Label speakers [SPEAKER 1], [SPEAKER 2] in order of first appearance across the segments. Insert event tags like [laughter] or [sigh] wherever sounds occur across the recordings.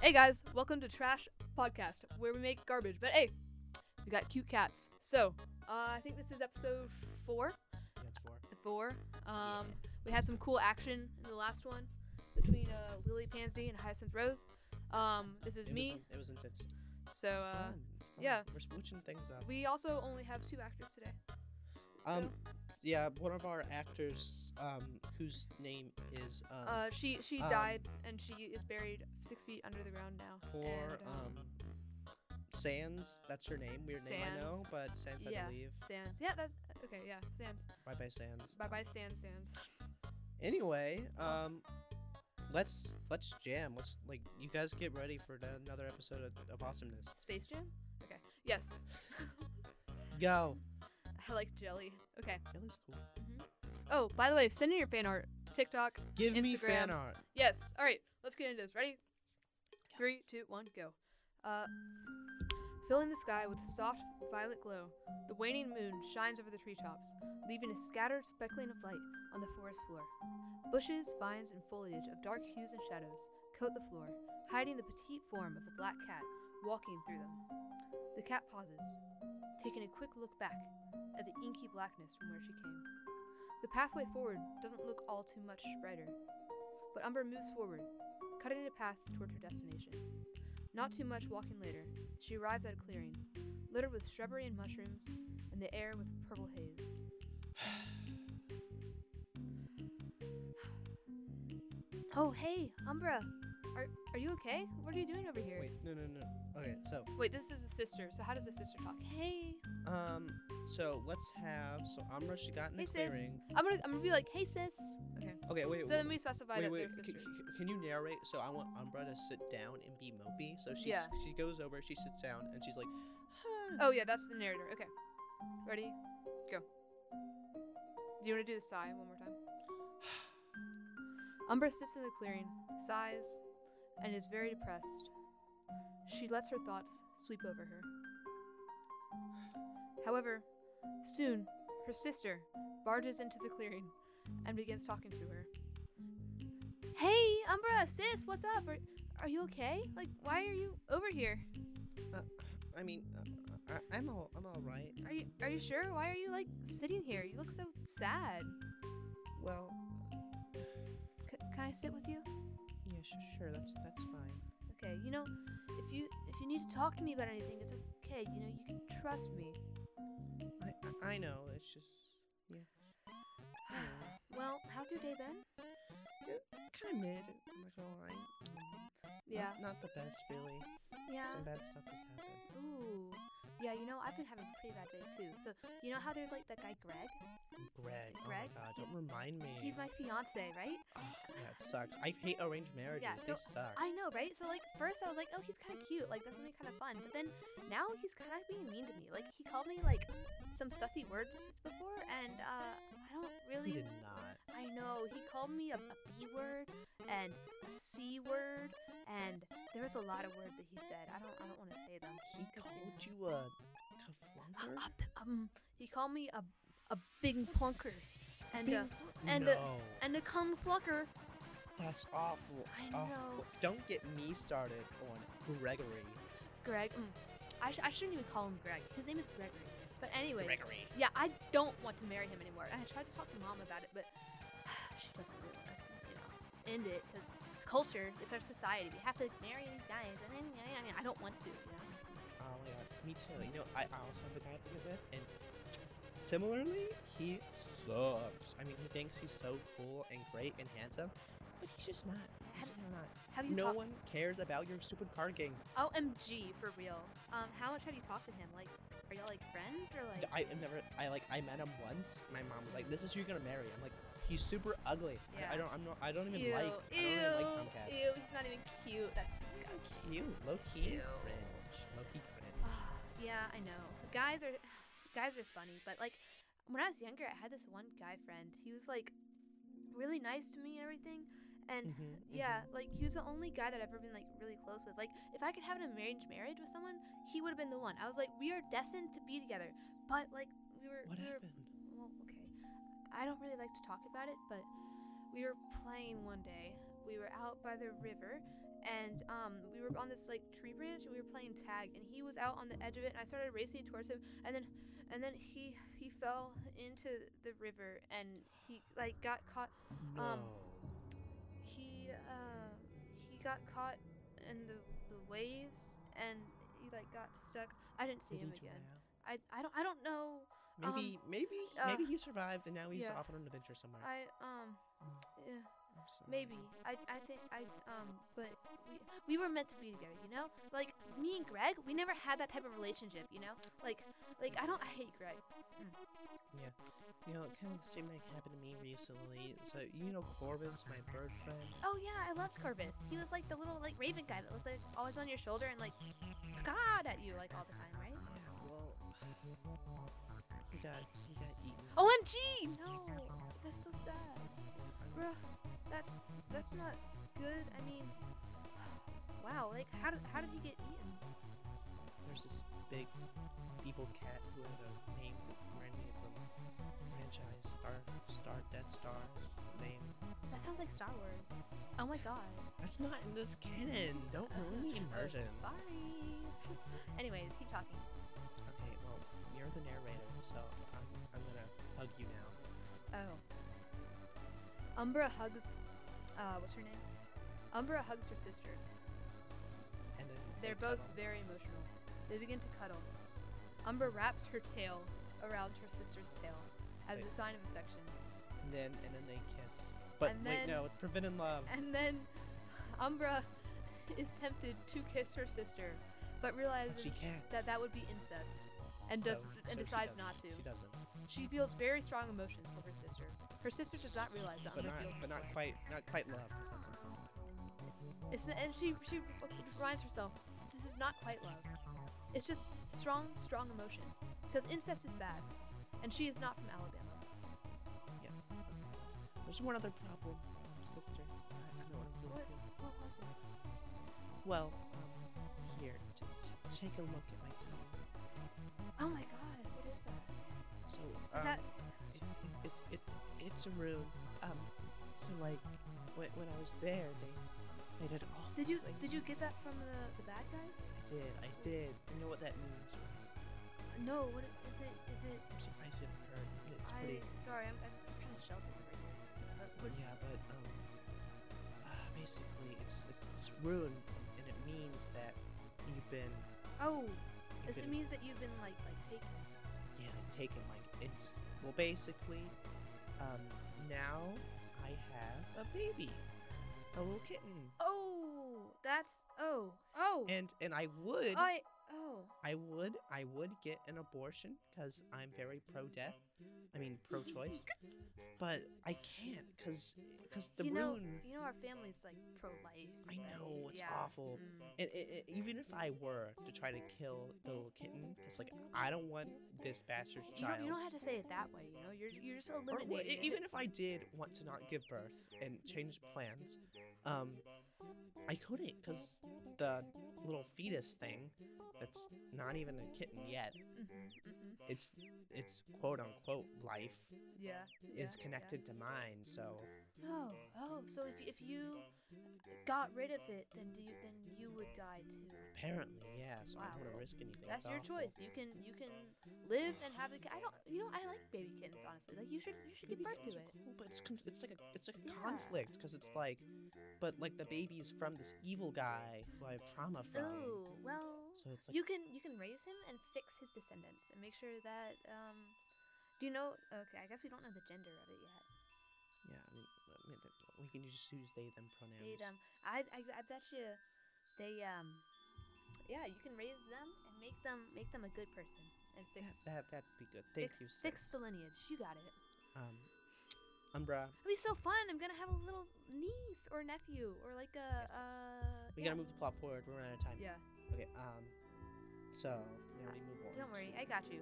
[SPEAKER 1] Hey guys, welcome to Trash Podcast, where we make garbage. But hey, we got cute cats. So uh, I think this is episode four.
[SPEAKER 2] That's
[SPEAKER 1] Four.
[SPEAKER 2] four.
[SPEAKER 1] Um, we had some cool action in the last one between uh, Lily Pansy and Hyacinth Rose. Um, this is
[SPEAKER 2] It was
[SPEAKER 1] me.
[SPEAKER 2] in- it was intense. It's
[SPEAKER 1] So uh,
[SPEAKER 2] fun, it's fun.
[SPEAKER 1] yeah.
[SPEAKER 2] We're switching things up.
[SPEAKER 1] we also only have two actors today. So,
[SPEAKER 2] Um, yeah, one of our actors, um, whose name is um,
[SPEAKER 1] uh, she she
[SPEAKER 2] um,
[SPEAKER 1] died and she is buried six feet under the ground now.
[SPEAKER 2] poor
[SPEAKER 1] and, um,
[SPEAKER 2] um, Sans. That's her name. Weird name, I know,
[SPEAKER 1] Sans.
[SPEAKER 2] but Sans had
[SPEAKER 1] yeah.
[SPEAKER 2] to leave.
[SPEAKER 1] Sans. Yeah, that's okay. Yeah, Sans.
[SPEAKER 2] Bye, bye, Sans.
[SPEAKER 1] Bye bye, Sans. Sans.
[SPEAKER 2] Anyway, um, let's let's jam. Let's like you guys get ready for the- another episode of, of awesomeness.
[SPEAKER 1] Space Jam? Okay. Yes.
[SPEAKER 2] Go.
[SPEAKER 1] I like jelly. Okay.
[SPEAKER 2] Jelly's cool.
[SPEAKER 1] Oh, by the way, send in your fan art to TikTok.
[SPEAKER 2] Give me
[SPEAKER 1] Instagram.
[SPEAKER 2] fan art.
[SPEAKER 1] Yes. All right. Let's get into this. Ready? Three, two, one, go. Uh, filling the sky with a soft violet glow, the waning moon shines over the treetops, leaving a scattered speckling of light on the forest floor. Bushes, vines, and foliage of dark hues and shadows coat the floor, hiding the petite form of a black cat walking through them. The cat pauses, taking a quick look back at the inky blackness from where she came. The pathway forward doesn't look all too much brighter, but Umber moves forward, cutting a path toward her destination. Not too much walking later, she arrives at a clearing, littered with shrubbery and mushrooms, and the air with purple haze. [sighs] oh, hey, Umbra! Are, are you okay? What are you doing over here?
[SPEAKER 2] Wait, no, no, no. Okay, so
[SPEAKER 1] Wait, this is a sister, so how does a sister talk? Hey!
[SPEAKER 2] Um, so let's have so Amra she got in the
[SPEAKER 1] Hey
[SPEAKER 2] clearing.
[SPEAKER 1] sis. I'm gonna I'm gonna be like, hey sis. Okay.
[SPEAKER 2] Okay, wait,
[SPEAKER 1] so
[SPEAKER 2] wait,
[SPEAKER 1] then we specified
[SPEAKER 2] wait,
[SPEAKER 1] that
[SPEAKER 2] wait.
[SPEAKER 1] they're
[SPEAKER 2] c-
[SPEAKER 1] sisters.
[SPEAKER 2] c- Can, you narrate? So I want Umbra to sit down and be mopey. So she
[SPEAKER 1] Yeah.
[SPEAKER 2] she goes over, she sits down, and she's like, "Huh."
[SPEAKER 1] Oh yeah, that's the narrator. Okay. Ready? Go. Do you wanna do the sigh one more time? [sighs] Umbra sits in the clearing, sighs, and is very depressed. She lets her thoughts sweep over her. However, soon her sister barges into the clearing and begins talking to her. Hey, Umbra, sis, what's up? Are, are you okay? Like, why are you over here?
[SPEAKER 2] I mean, uh, I, I'm all I'm all right.
[SPEAKER 1] Are you are you sure? Why are you like sitting here? You look so sad.
[SPEAKER 2] Well,
[SPEAKER 1] C- can I sit with you?
[SPEAKER 2] yeah, sure, sure, that's that's fine.
[SPEAKER 1] Okay, you know, if you if you need to talk to me about anything, it's okay. You know, you can trust me.
[SPEAKER 2] I I, I know it's just
[SPEAKER 1] well, how's your day been?
[SPEAKER 2] kind of mid. I'm not gonna lie. Mm, Not-
[SPEAKER 1] Yeah,
[SPEAKER 2] Not, the best, really.
[SPEAKER 1] yeah.
[SPEAKER 2] Some bad stuff has happened.
[SPEAKER 1] Ooh. Yeah, you know, I've been having a pretty bad day too. So, you know how there's like that guy Greg?
[SPEAKER 2] Greg.
[SPEAKER 1] Greg,
[SPEAKER 2] Oh my God,
[SPEAKER 1] he's-
[SPEAKER 2] don't remind me.
[SPEAKER 1] He's my fiance, right?
[SPEAKER 2] [sighs] Ah, yeah, it sucks. I hate arranged marriages.
[SPEAKER 1] so
[SPEAKER 2] they suck.
[SPEAKER 1] I know, right? So like first I was like, oh, he's kind of cute, like that's gonna be kind of fun. But then now he's kind of being mean to me. Like he called me like some sussy words before, and uh, I don't
[SPEAKER 2] He
[SPEAKER 1] really.
[SPEAKER 2] did not.
[SPEAKER 1] I know he called me a, a b word and a c word, and there was a lot of words that he said. I don't, I don't want to say them.
[SPEAKER 2] He
[SPEAKER 1] Because, you
[SPEAKER 2] called
[SPEAKER 1] know-
[SPEAKER 2] you a kaflunker?
[SPEAKER 1] A b- um, he called me a a big plunker, and a and,
[SPEAKER 2] no,
[SPEAKER 1] uh, and a cum plucker.
[SPEAKER 2] that's awful.
[SPEAKER 1] I
[SPEAKER 2] awful.
[SPEAKER 1] know.
[SPEAKER 2] Don't get me started on Gregory.
[SPEAKER 1] Greg. Mm. I, sh- I shouldn't even call him Greg. His name is Gregory. But anyways,
[SPEAKER 2] Gregory.
[SPEAKER 1] yeah, I don't want to marry him anymore. And I tried to talk to mom about it, but [sighs] she doesn't really want to, you know, end it because culture is our society. We have to marry these guys, and then, yeah, yeah, yeah, I don't want to. You know?
[SPEAKER 2] Oh my god, me too. You know, I I also have a guy to get with, and similarly, he sucks. I mean, he thinks he's so cool and great and handsome, but he's just not. He's
[SPEAKER 1] Have-
[SPEAKER 2] just really not.
[SPEAKER 1] Have you
[SPEAKER 2] No
[SPEAKER 1] talked?
[SPEAKER 2] one cares about your stupid card game.
[SPEAKER 1] Omg, for real. Um, how much have you talked to him? Like, are y'all like friends or like?
[SPEAKER 2] I have never. I like. I met him once. My mom was like, "This is who you're gonna marry." I'm like, "He's super ugly. I,
[SPEAKER 1] Yeah.
[SPEAKER 2] I don't. I'm not. I don't even
[SPEAKER 1] ew,
[SPEAKER 2] like.
[SPEAKER 1] ew,
[SPEAKER 2] I don't even like tomcats.
[SPEAKER 1] ew. He's not even cute. That's disgusting.
[SPEAKER 2] Cute. Low key
[SPEAKER 1] Ew.
[SPEAKER 2] cringe. Low key cringe.
[SPEAKER 1] [sighs] yeah, I know. Guys are [sighs] guys are funny, but like when I was younger, I had this one guy friend. He was like really nice to me and everything. And
[SPEAKER 2] Mhm,
[SPEAKER 1] yeah, like he was the only guy that I've ever been like really close with. Like if I could have an arranged marriage with someone, he would have been the one. I was like, we are destined to be together. But like we were
[SPEAKER 2] mhm. What
[SPEAKER 1] we were,
[SPEAKER 2] happened?
[SPEAKER 1] well, okay. I don't really like to talk about it, but we were playing one day. We were out by the river, and um, we were on this like tree branch and we were playing tag and he was out on the edge of it and I started racing towards him and then and then he he fell into the river and he like got caught um,
[SPEAKER 2] No.
[SPEAKER 1] he uh, he got caught in the, the waves and he like got stuck I didn't see
[SPEAKER 2] Did
[SPEAKER 1] him
[SPEAKER 2] he
[SPEAKER 1] again
[SPEAKER 2] drown?
[SPEAKER 1] I, I don't I don't know um,
[SPEAKER 2] Maybe, maybe,
[SPEAKER 1] uh,
[SPEAKER 2] maybe he survived, and now he's
[SPEAKER 1] yeah.
[SPEAKER 2] off on an adventure somewhere.
[SPEAKER 1] I um
[SPEAKER 2] Mm.
[SPEAKER 1] yeah
[SPEAKER 2] I'm sorry.
[SPEAKER 1] Maybe. I, I think I um but we, we were meant to be together, you know? Like me and Greg, we never had that type of relationship, you know? Like like I don't I hate Greg.
[SPEAKER 2] You know, kind of the same thing happened to me recently. So you know, Corvus, my bird friend.
[SPEAKER 1] Oh yeah, I loved Corvus. He was like the little like raven guy that was like always on your shoulder and like God at you like all the time, right?
[SPEAKER 2] Yeah, well, he got he got eaten.
[SPEAKER 1] OMG! Oh, No, that's so sad. Bruh, that's that's not good. I mean [sighs] Wow, like how did how did he get eaten?
[SPEAKER 2] There's this big evil cat who had a name that reminded me of the franchise Star Star Death Star name.
[SPEAKER 1] That sounds like Star Wars. Oh my god.
[SPEAKER 2] That's not in this canon. Don't ruin the immersion.
[SPEAKER 1] Uh, Sorry. Anyways, keep talking.
[SPEAKER 2] Okay, well, you're the narrator, so I'm, I'm gonna hug you now.
[SPEAKER 1] Oh. Umbra hugs. Uh, what's her name? Umbra hugs her sister.
[SPEAKER 2] And then
[SPEAKER 1] They're
[SPEAKER 2] they
[SPEAKER 1] both
[SPEAKER 2] cuddle.
[SPEAKER 1] very emotional. They begin to cuddle. Umbra wraps her tail around her sister's tail as a
[SPEAKER 2] Wait.
[SPEAKER 1] sign of affection.
[SPEAKER 2] And then and then they kiss. But
[SPEAKER 1] And then-
[SPEAKER 2] wait, no, it's forbidden love.
[SPEAKER 1] And then Umbra is tempted to kiss her sister, but realizes
[SPEAKER 2] She can't.
[SPEAKER 1] that that would be incest and does
[SPEAKER 2] so- so she
[SPEAKER 1] and decides
[SPEAKER 2] doesn't.
[SPEAKER 1] not to.
[SPEAKER 2] She doesn't.
[SPEAKER 1] She feels very strong emotions for her sister. Her sister does not realize that
[SPEAKER 2] But
[SPEAKER 1] Umbra
[SPEAKER 2] not,
[SPEAKER 1] feels
[SPEAKER 2] but
[SPEAKER 1] this
[SPEAKER 2] not
[SPEAKER 1] way.
[SPEAKER 2] quite, not quite love. 'cause that's impossible.
[SPEAKER 1] It's n- and she she reminds herself, this is not quite love. It's just strong, strong emotion. Because incest is bad, and she is not from Alabama.
[SPEAKER 2] Yes. There's one other problem, um, sister. I, I know what I'm doing.
[SPEAKER 1] What? What was it?
[SPEAKER 2] Well, um, here, t- t- take a look at my tongue.
[SPEAKER 1] Oh my God, what is that?
[SPEAKER 2] So,
[SPEAKER 1] Is
[SPEAKER 2] um,
[SPEAKER 1] that?
[SPEAKER 2] it, it, it, it, it's a room. Um, so like, when, when I was there, they, they did all.
[SPEAKER 1] Did you
[SPEAKER 2] the things
[SPEAKER 1] did you get that from the the bad guys?
[SPEAKER 2] I did. I did. You know what that means? right?
[SPEAKER 1] No. What i- is it? Is it?
[SPEAKER 2] I'm surprised you haven't heard. it. It's
[SPEAKER 1] I
[SPEAKER 2] pretty.
[SPEAKER 1] sorry, I'm, I'm kind of sheltered over here. But what-
[SPEAKER 2] Yeah, but um, uh, basically, it's it's this rune, and it means that you've been.
[SPEAKER 1] oh,
[SPEAKER 2] You've
[SPEAKER 1] is it
[SPEAKER 2] been
[SPEAKER 1] means that you've been like like taken.
[SPEAKER 2] yeah, like taken like it's well basically um now I have a baby. A little kitten.
[SPEAKER 1] Oh, that's oh oh.
[SPEAKER 2] And and I would
[SPEAKER 1] I oh.
[SPEAKER 2] I would I would get an abortion cuz I'm very pro death. I mean pro choice. But I can't cuz cuz the
[SPEAKER 1] you know,
[SPEAKER 2] rune
[SPEAKER 1] you know, our family's like pro-life.
[SPEAKER 2] I know it's
[SPEAKER 1] yeah.
[SPEAKER 2] awful.
[SPEAKER 1] Mm.
[SPEAKER 2] And it, it, even if I were to try to kill the little kitten, it's like I don't want this bastard's
[SPEAKER 1] You
[SPEAKER 2] child.
[SPEAKER 1] don't, you don't have to say it that way. You know, you're you're just
[SPEAKER 2] Or,
[SPEAKER 1] eliminating.
[SPEAKER 2] well, e-
[SPEAKER 1] it.
[SPEAKER 2] even if I did want to not give birth and change plans, um, I couldn't because the little fetus thing that's not even a kitten yet,
[SPEAKER 1] Mhm.
[SPEAKER 2] it's it's quote unquote life
[SPEAKER 1] Yeah. yeah,
[SPEAKER 2] is connected to mine. So
[SPEAKER 1] Yeah. Oh, oh. So if if you got rid of it, then do you, then you would die too.
[SPEAKER 2] apparently, yeah. So I don't
[SPEAKER 1] Wow.
[SPEAKER 2] want to risk anything.
[SPEAKER 1] That's
[SPEAKER 2] it's
[SPEAKER 1] your
[SPEAKER 2] awful.
[SPEAKER 1] choice. You can you can live and have the. ki- I don't. You know, I like baby kittens. Honestly, like you should you should give
[SPEAKER 2] Baby
[SPEAKER 1] birth to
[SPEAKER 2] kittens
[SPEAKER 1] it.
[SPEAKER 2] are cool, but it's con- it's like a it's like a
[SPEAKER 1] Yeah.
[SPEAKER 2] conflict because it's like, but like the baby's from this evil guy who I have trauma from.
[SPEAKER 1] Oh well.
[SPEAKER 2] So it's like
[SPEAKER 1] You can you can raise him and fix his descendants and make sure that um. Do you know? Okay, I guess we don't know the gender of it yet.
[SPEAKER 2] yeah. I mean, I mean, we can just use they them pronouns.
[SPEAKER 1] They them. I, um, I I bet you, they um, yeah. You can raise them and make them make them a good person and
[SPEAKER 2] Yeah,
[SPEAKER 1] fix
[SPEAKER 2] That that'd be good.
[SPEAKER 1] fix
[SPEAKER 2] Thank you. sir.
[SPEAKER 1] fix the lineage. You got it.
[SPEAKER 2] Um, Umbra,
[SPEAKER 1] It'll be so fun. I'm gonna have a little niece or nephew or like a uh.
[SPEAKER 2] we
[SPEAKER 1] yeah.
[SPEAKER 2] gotta move the plot forward. We're running out of time.
[SPEAKER 1] Yeah.
[SPEAKER 2] Okay. Um, so we already move on.
[SPEAKER 1] Don't worry. I got you.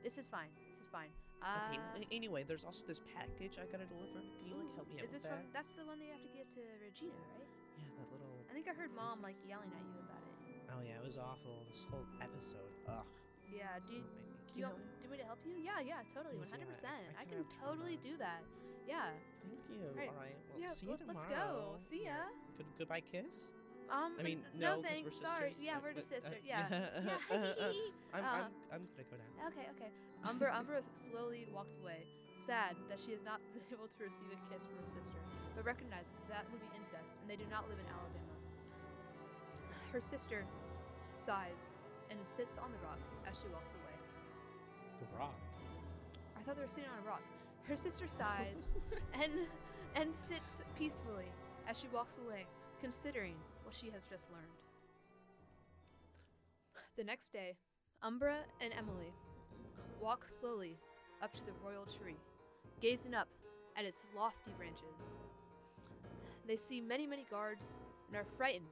[SPEAKER 1] This is fine. This is fine. Uh,
[SPEAKER 2] Okay. a- anyway, there's also this package I gotta deliver. Can you like help me out
[SPEAKER 1] Is
[SPEAKER 2] with
[SPEAKER 1] this
[SPEAKER 2] that?
[SPEAKER 1] from? That's the one that you have to get to Regina, right?
[SPEAKER 2] Yeah, that little.
[SPEAKER 1] I think I heard mom like yelling at you about it.
[SPEAKER 2] Oh yeah, it was awful. This whole episode. Ugh.
[SPEAKER 1] Yeah. Do you,
[SPEAKER 2] Can
[SPEAKER 1] do you want, do you want me to help you? Yeah. Yeah. Totally.
[SPEAKER 2] Yeah,
[SPEAKER 1] One hundred percent.
[SPEAKER 2] I- I
[SPEAKER 1] I
[SPEAKER 2] can
[SPEAKER 1] can
[SPEAKER 2] have trauma.
[SPEAKER 1] totally do that. Yeah.
[SPEAKER 2] Thank you.
[SPEAKER 1] Alright,
[SPEAKER 2] All right. Well,
[SPEAKER 1] yeah,
[SPEAKER 2] see you
[SPEAKER 1] let's- let's go.
[SPEAKER 2] tomorrow.
[SPEAKER 1] See
[SPEAKER 2] Yeah.
[SPEAKER 1] ya.
[SPEAKER 2] Good goodbye kiss.
[SPEAKER 1] Um,
[SPEAKER 2] I mean,
[SPEAKER 1] n-
[SPEAKER 2] no, 'cause
[SPEAKER 1] thanks.
[SPEAKER 2] we're
[SPEAKER 1] Sorry.
[SPEAKER 2] sisters.
[SPEAKER 1] Yeah,
[SPEAKER 2] like,
[SPEAKER 1] we're
[SPEAKER 2] but-
[SPEAKER 1] just sister.
[SPEAKER 2] uh, [laughs]
[SPEAKER 1] Yeah. yeah. [laughs]
[SPEAKER 2] I'm,
[SPEAKER 1] Uh,
[SPEAKER 2] I'm, I'm gonna go now.
[SPEAKER 1] okay, okay. Umber Umbra slowly walks away, sad that she has not [laughs] been able to receive a kiss from her sister, but recognizes that would be incest, and they do not live in Alabama. Her sister sighs and sits on the rock as she walks away.
[SPEAKER 2] The rock.
[SPEAKER 1] I thought they were sitting on a rock. Her sister sighs and and sits peacefully as she walks away, considering what she has just learned. The next day, Umbra and Emily walk slowly up to the royal tree, gazing up at its lofty branches. They see many, many guards and are frightened.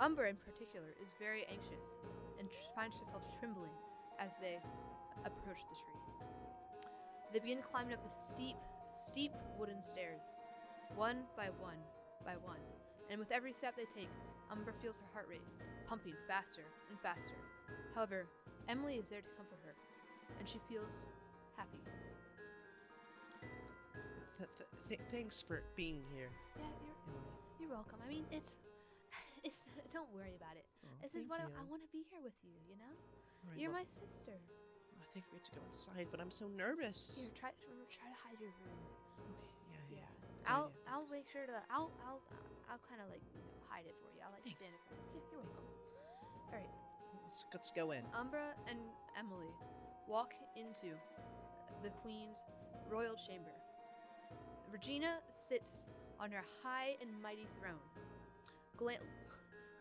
[SPEAKER 1] Umbra, in particular, is very anxious and tr- finds herself trembling as they approach the tree. They begin climbing up the steep, steep wooden stairs, one by one by one. And with every step they take, Umbra feels her heart rate pumping faster and faster. However, Emily is there to comfort her, and she feels happy.
[SPEAKER 2] Th- th- th- thanks for being here,
[SPEAKER 1] Yeah, you're,
[SPEAKER 2] Emily.
[SPEAKER 1] you're welcome. I mean, it's, [laughs] it's. Don't worry about it.
[SPEAKER 2] Oh,
[SPEAKER 1] This is
[SPEAKER 2] thank
[SPEAKER 1] what I,
[SPEAKER 2] you.
[SPEAKER 1] I want to be here with you. You know,
[SPEAKER 2] All right,
[SPEAKER 1] you're
[SPEAKER 2] well,
[SPEAKER 1] my sister.
[SPEAKER 2] I think we have to go inside, but I'm so nervous.
[SPEAKER 1] Here, try, remember, try to hide your room.
[SPEAKER 2] Okay, yeah, yeah.
[SPEAKER 1] Yeah.
[SPEAKER 2] yeah.
[SPEAKER 1] I'll
[SPEAKER 2] yeah.
[SPEAKER 1] I'll make sure to I'll I'll I'll kind of like you know, hide it for you. I'll like
[SPEAKER 2] Thanks.
[SPEAKER 1] stand it for you. Yeah, you're welcome. All right.
[SPEAKER 2] Let's, let's go in.
[SPEAKER 1] Umbra and Emily walk into the queen's royal chamber. Regina sits on her high and mighty throne, gla-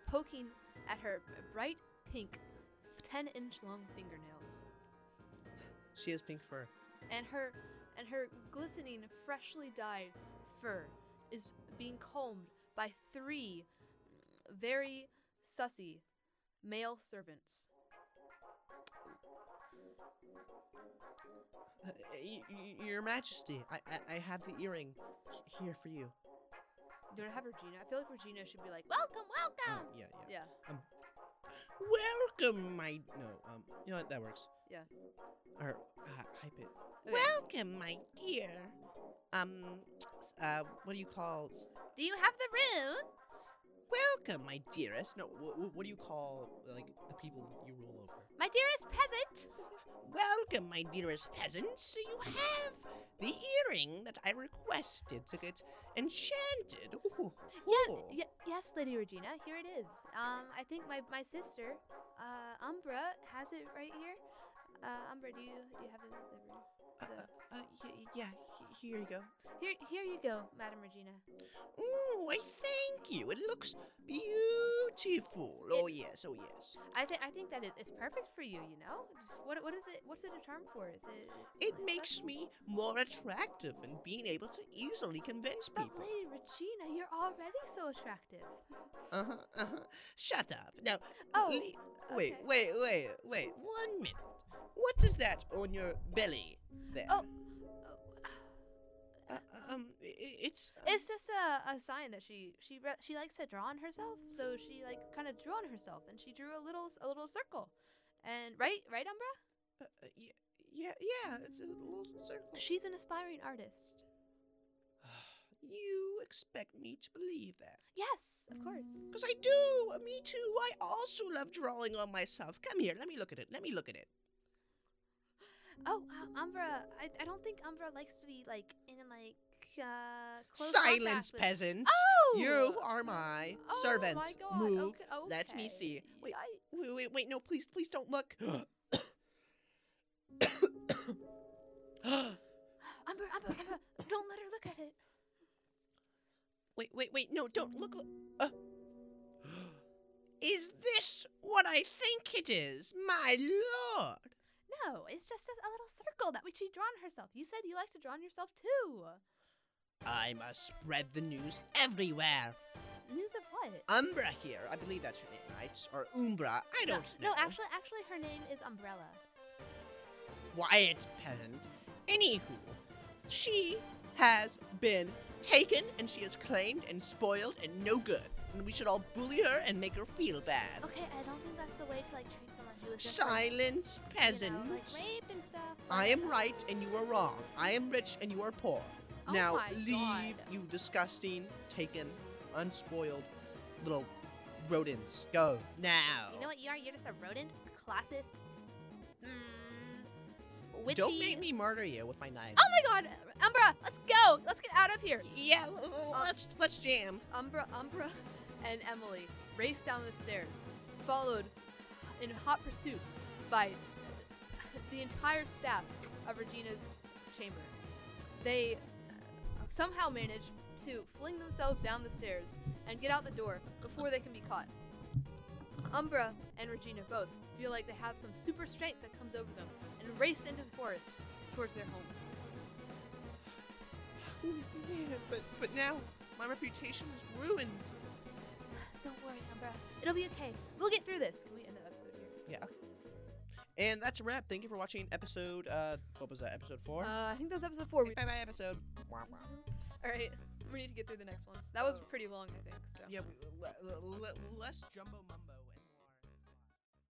[SPEAKER 1] poking at her bright pink, 10-inch-long fingernails,
[SPEAKER 2] She has pink fur.
[SPEAKER 1] and her and her glistening, freshly dyed fur is being combed by three very sussy male servants.
[SPEAKER 2] Uh, y- y- Your Majesty, I, I I have the earring h- here for you.
[SPEAKER 1] Do not have Regina? I feel like Regina should be like, welcome,
[SPEAKER 2] Oh,
[SPEAKER 1] welcome.
[SPEAKER 2] yeah, yeah.
[SPEAKER 1] yeah.
[SPEAKER 2] Welcome, my no. Um, you know what? That works.
[SPEAKER 1] Yeah.
[SPEAKER 2] Or uh, hype it.
[SPEAKER 1] Okay.
[SPEAKER 2] Welcome, my dear. Um, uh, what do you call?
[SPEAKER 1] do you have the room?
[SPEAKER 2] Welcome, my dearest. No, wh- wh- what do you call like the people you rule over?
[SPEAKER 1] My dearest peasant.
[SPEAKER 2] Welcome, my dearest peasants. You have the earring that I requested to get enchanted. Ooh,
[SPEAKER 1] Yeah,
[SPEAKER 2] ooh.
[SPEAKER 1] y- yes, Lady Regina, here it is. Um, I think my, my sister, uh, Umbra, has it right here. Uh, Umbra, do you, do you have the, the room?
[SPEAKER 2] Uh, uh, uh, y- yeah, he- here you go.
[SPEAKER 1] Here, here you go, Madam Regina.
[SPEAKER 2] Oh, I thank you. It looks beautiful. Oh yes, oh yes.
[SPEAKER 1] I think I think that is it's perfect for you. You know, just what what is it? What's it a charm for? Is it?
[SPEAKER 2] It
[SPEAKER 1] something
[SPEAKER 2] makes
[SPEAKER 1] special?
[SPEAKER 2] me more attractive and being able to easily convince
[SPEAKER 1] But
[SPEAKER 2] people.
[SPEAKER 1] Lady Regina, you're already so attractive.
[SPEAKER 2] Uh huh. Uh huh. Shut up. Now,
[SPEAKER 1] Oh,
[SPEAKER 2] le- wait,
[SPEAKER 1] okay.
[SPEAKER 2] wait, wait, wait. One minute. What is that on your belly there?
[SPEAKER 1] Oh,
[SPEAKER 2] Uh, um, i- i- it's. um,
[SPEAKER 1] It's just a, a sign that she she re- she likes to draw on herself, so she like kind of drew on herself, and she drew a little s- a little circle, and right right Umbra,
[SPEAKER 2] uh, uh, yeah, yeah, yeah. It's a little circle.
[SPEAKER 1] she's an aspiring artist.
[SPEAKER 2] You expect me to believe that?
[SPEAKER 1] Yes, of course.
[SPEAKER 2] Because I do. Me too. I also love drawing on myself. Come here. Let me look at it. Let me look at it.
[SPEAKER 1] Oh, uh, Umbra, I, I don't think Umbra likes to be like in like uh close
[SPEAKER 2] Silence,
[SPEAKER 1] contact with-
[SPEAKER 2] peasant.
[SPEAKER 1] Oh,
[SPEAKER 2] You are my
[SPEAKER 1] oh
[SPEAKER 2] servant.
[SPEAKER 1] My God.
[SPEAKER 2] Move.
[SPEAKER 1] Okay, okay.
[SPEAKER 2] Let me see. Wait,
[SPEAKER 1] Yikes.
[SPEAKER 2] Wait, wait, wait, no, please, please don't look.
[SPEAKER 1] Umbra, Umbra, Umbra, don't let her look at it.
[SPEAKER 2] wait, wait, wait, no, don't look. Uh, [gasps] is this what I think it is? My lord!
[SPEAKER 1] No, it's just a, a little circle that she drew on herself. You said you like to draw on yourself too.
[SPEAKER 2] I must spread the news everywhere.
[SPEAKER 1] News of what?
[SPEAKER 2] Umbra here, I believe that's your name, right? Or Umbra, I
[SPEAKER 1] No,
[SPEAKER 2] don't
[SPEAKER 1] no,
[SPEAKER 2] know.
[SPEAKER 1] actually, actually, her name is Umbrella.
[SPEAKER 2] Quiet, peasant. Anywho, she has been taken and she is claimed and spoiled and no good. And we should all bully her and make her feel bad.
[SPEAKER 1] Okay, I don't think that's the way to like treat someone who is just like,
[SPEAKER 2] Silence,
[SPEAKER 1] you
[SPEAKER 2] peasant.
[SPEAKER 1] know, like raped and stuff.
[SPEAKER 2] I
[SPEAKER 1] like-
[SPEAKER 2] am right and you are wrong. I am rich and you are poor.
[SPEAKER 1] Oh
[SPEAKER 2] now
[SPEAKER 1] my
[SPEAKER 2] leave,
[SPEAKER 1] God.
[SPEAKER 2] you disgusting, taken, unspoiled little rodents. Go now.
[SPEAKER 3] You know what you are? You're just a rodent, a classist, mm, witchy.
[SPEAKER 2] Don't make me murder you with my knife.
[SPEAKER 1] Oh my god, Umbra, let's go. Let's get out of here.
[SPEAKER 2] Yeah, l- l- let's let's jam. [laughs]
[SPEAKER 1] Umbra, Umbra, and Emily race down the stairs, followed in hot pursuit by the entire staff of Regina's chamber. They uh, somehow manage to fling themselves down the stairs and get out the door before they can be caught. Umbra and Regina both feel like they have some super strength that comes over them and race into the forest towards their home.
[SPEAKER 2] but but now my reputation is ruined.
[SPEAKER 3] Don't worry, Umbra.
[SPEAKER 1] It'll be okay. We'll get through this. Can we end the episode here?
[SPEAKER 2] And that's a wrap. Thank you for watching episode. Uh, what was that? Episode four.
[SPEAKER 1] Uh, I think that was episode four. We-
[SPEAKER 2] bye bye episode. Wah, wah. Oh.
[SPEAKER 1] All right, we need to get through the next ones. That was pretty long, I think. So.
[SPEAKER 2] Yeah, we, le- le- le- less jumbo mumbo.